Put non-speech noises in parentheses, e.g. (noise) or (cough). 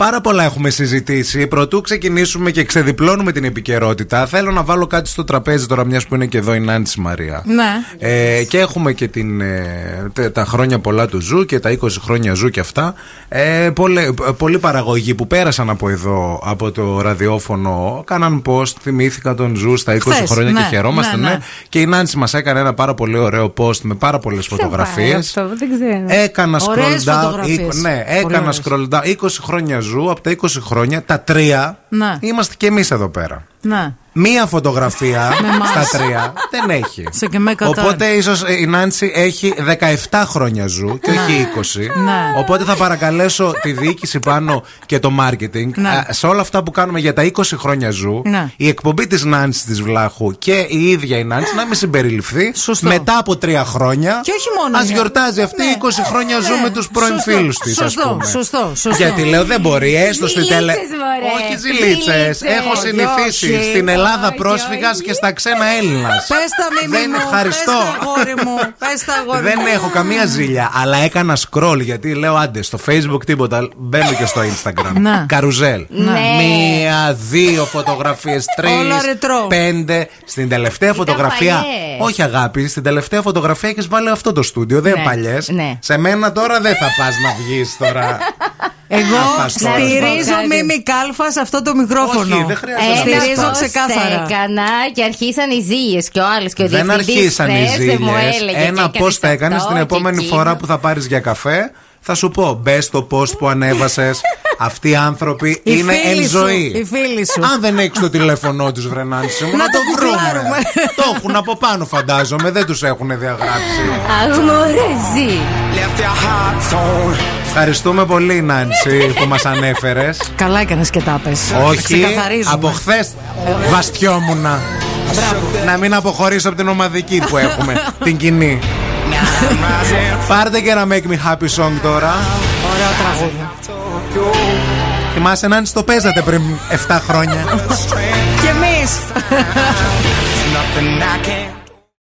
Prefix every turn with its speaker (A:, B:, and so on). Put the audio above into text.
A: Πάρα πολλά έχουμε συζητήσει. Πρωτού ξεκινήσουμε και ξεδιπλώνουμε την επικαιρότητα, θέλω να βάλω κάτι στο τραπέζι τώρα, μιας που είναι και εδώ η Νάντης Μαρία.
B: Ναι.
A: Ε, και έχουμε και την, ε, τε- τα χρόνια πολλά του Ζου και τα 20 χρόνια Ζου και αυτά. Ε, πολλέ, πολλοί παραγωγοί που πέρασαν από εδώ, από το ραδιόφωνο, κάναν post, θυμήθηκα τον Ζου στα 20
B: Χθες,
A: χρόνια
B: ναι,
A: και χαιρόμαστε.
B: ναι, ναι.
A: Και η Νάντης μας έκανε ένα πάρα πολύ ωραίο post με πάρα πολλές φωτογραφίες.
C: Αυτό, δεν ξέρω.
A: Ε, Έκανα
B: Ωραίες
A: scroll down.
B: φωτογραφίες.
A: είκο- Ναι,
B: Πολύ
A: έκανα
B: ωραίες.
A: scroll down. 20 χρόνια ζου, από τα 20 χρόνια, τα τρία
B: Ναι.
A: είμαστε και εμείς εδώ πέρα.
B: Ναι.
A: Μία φωτογραφία
B: (laughs) εμάς.
A: στα τρία δεν έχει.
B: Σε και με κατά.
A: Οπότε ίσως η Νάντσι έχει 17 χρόνια ζου και όχι 20.
B: Ναι.
A: Οπότε θα παρακαλέσω τη διοίκηση πάνω και το marketing
B: Ναι.
A: α, σε όλα αυτά που κάνουμε για τα 20 χρόνια ζου.
B: Ναι.
A: Η εκπομπή της Νάντσι της Βλάχου και η ίδια η Νάντσι να μην συμπεριληφθεί
B: Σωστό.
A: μετά από τρία χρόνια.
B: Και όχι μόνο
A: Ας
B: μια.
A: γιορτάζει αυτή
B: Ναι.
A: 20 χρόνια
B: Ναι.
A: ζου με τους πρώην
B: Σωστό.
A: φίλους της.
B: Σωστό, σωστό, σωστό.
A: Γιατί λέω δεν μπορεί, έστω στη
C: Ζηλίτσες,
A: τελε.
C: μωρέ.
A: Όχι ζηλίτσες.
C: Ζηλίτσες.
A: Έχω
C: Όχι,
A: συνηθίσει
C: όχι,
A: στην Ελλάδα
C: όχι.
A: πρόσφυγα και στα ξένα Έλληνας.
B: Πες τα μήνυμα.
A: Δεν ευχαριστώ.
B: Πες τα αγόρι μου. Πες τα αγόρι
A: Δεν
B: μου.
A: έχω καμία ζήλια, αλλά έκανα scroll γιατί λέω άντε στο facebook τίποτα. Μπαίνω και στο instagram.
B: Να.
A: Καρουζέλ. Ναι. Μία, δύο φωτογραφίες, τρει,
B: Όλα ρετρό.
A: πέντε. Στην τελευταία φωτογραφία.
C: παλιές.
A: Όχι αγάπη, στην τελευταία φωτογραφία έχεις βάλει αυτό το στούντιο. Δεν είναι παλιές.
C: ναι.
A: Σε μένα τώρα δεν θα πας να βγεις τώρα.
B: Εγώ
A: Απαστόλη.
B: στηρίζω
C: Κάτι.
B: Μίμη Κάλφα σε αυτό το μικρόφωνο.
A: Όχι, δεν χρειάζεται
B: Ε,
A: να
C: Ένα
B: Στηρίζω
A: πας.
C: post
B: ξεκάθαρα.
C: έκανα και αρχίσαν οι ζήλιε και ο άλλος και ο
A: δεν
C: διευθυντής
A: αρχίσαν οι
C: χθες δεν μου
A: ζήλιε.
C: έλεγε
A: Ένα
C: και έκανες
A: πώ τα έκανε
C: αυτό
A: την
C: και
A: επόμενη
C: εκείνο.
A: φορά που θα πάρεις για καφέ. Θα σου πω, μπες στο post που ανέβασες. Αυτοί οι άνθρωποι
B: Οι
A: είναι εν
B: φίλοι σου,
A: ζωή.
B: οι φίλοι σου.
A: Αν δεν έχεις το τηλέφωνό τους, Βρενάνση μου,
B: Να
A: να,
B: το
A: το
B: κουκλάρουμε.
A: βρούμε. το έχουν από πάνω, φαντάζομαι. Δεν τους έχουν διαγράψει.
C: Αχ, μωρέζι.
D: Left your heart torn.
A: Ευχαριστούμε πολύ, Νάντσι, που μας ανέφερες.
B: Καλά έκανες και τα πες.
A: Όχι,
B: Ξεκαθαρίζουμε.
A: από χθες βαστιόμουνα. Να μην αποχωρήσω από την ομαδική που
B: (laughs)
A: έχουμε, την κοινή.
D: Now I'm rising
A: Πάρτε και ένα Make Me Happy Song τώρα.
B: Ωραίο τραγούδι.
D: for you.
A: Θυμάσαι να το παίζατε πριν 7 χρόνια.
B: (laughs)
D: Strength,
B: Και εμείς.
D: nothing I can't.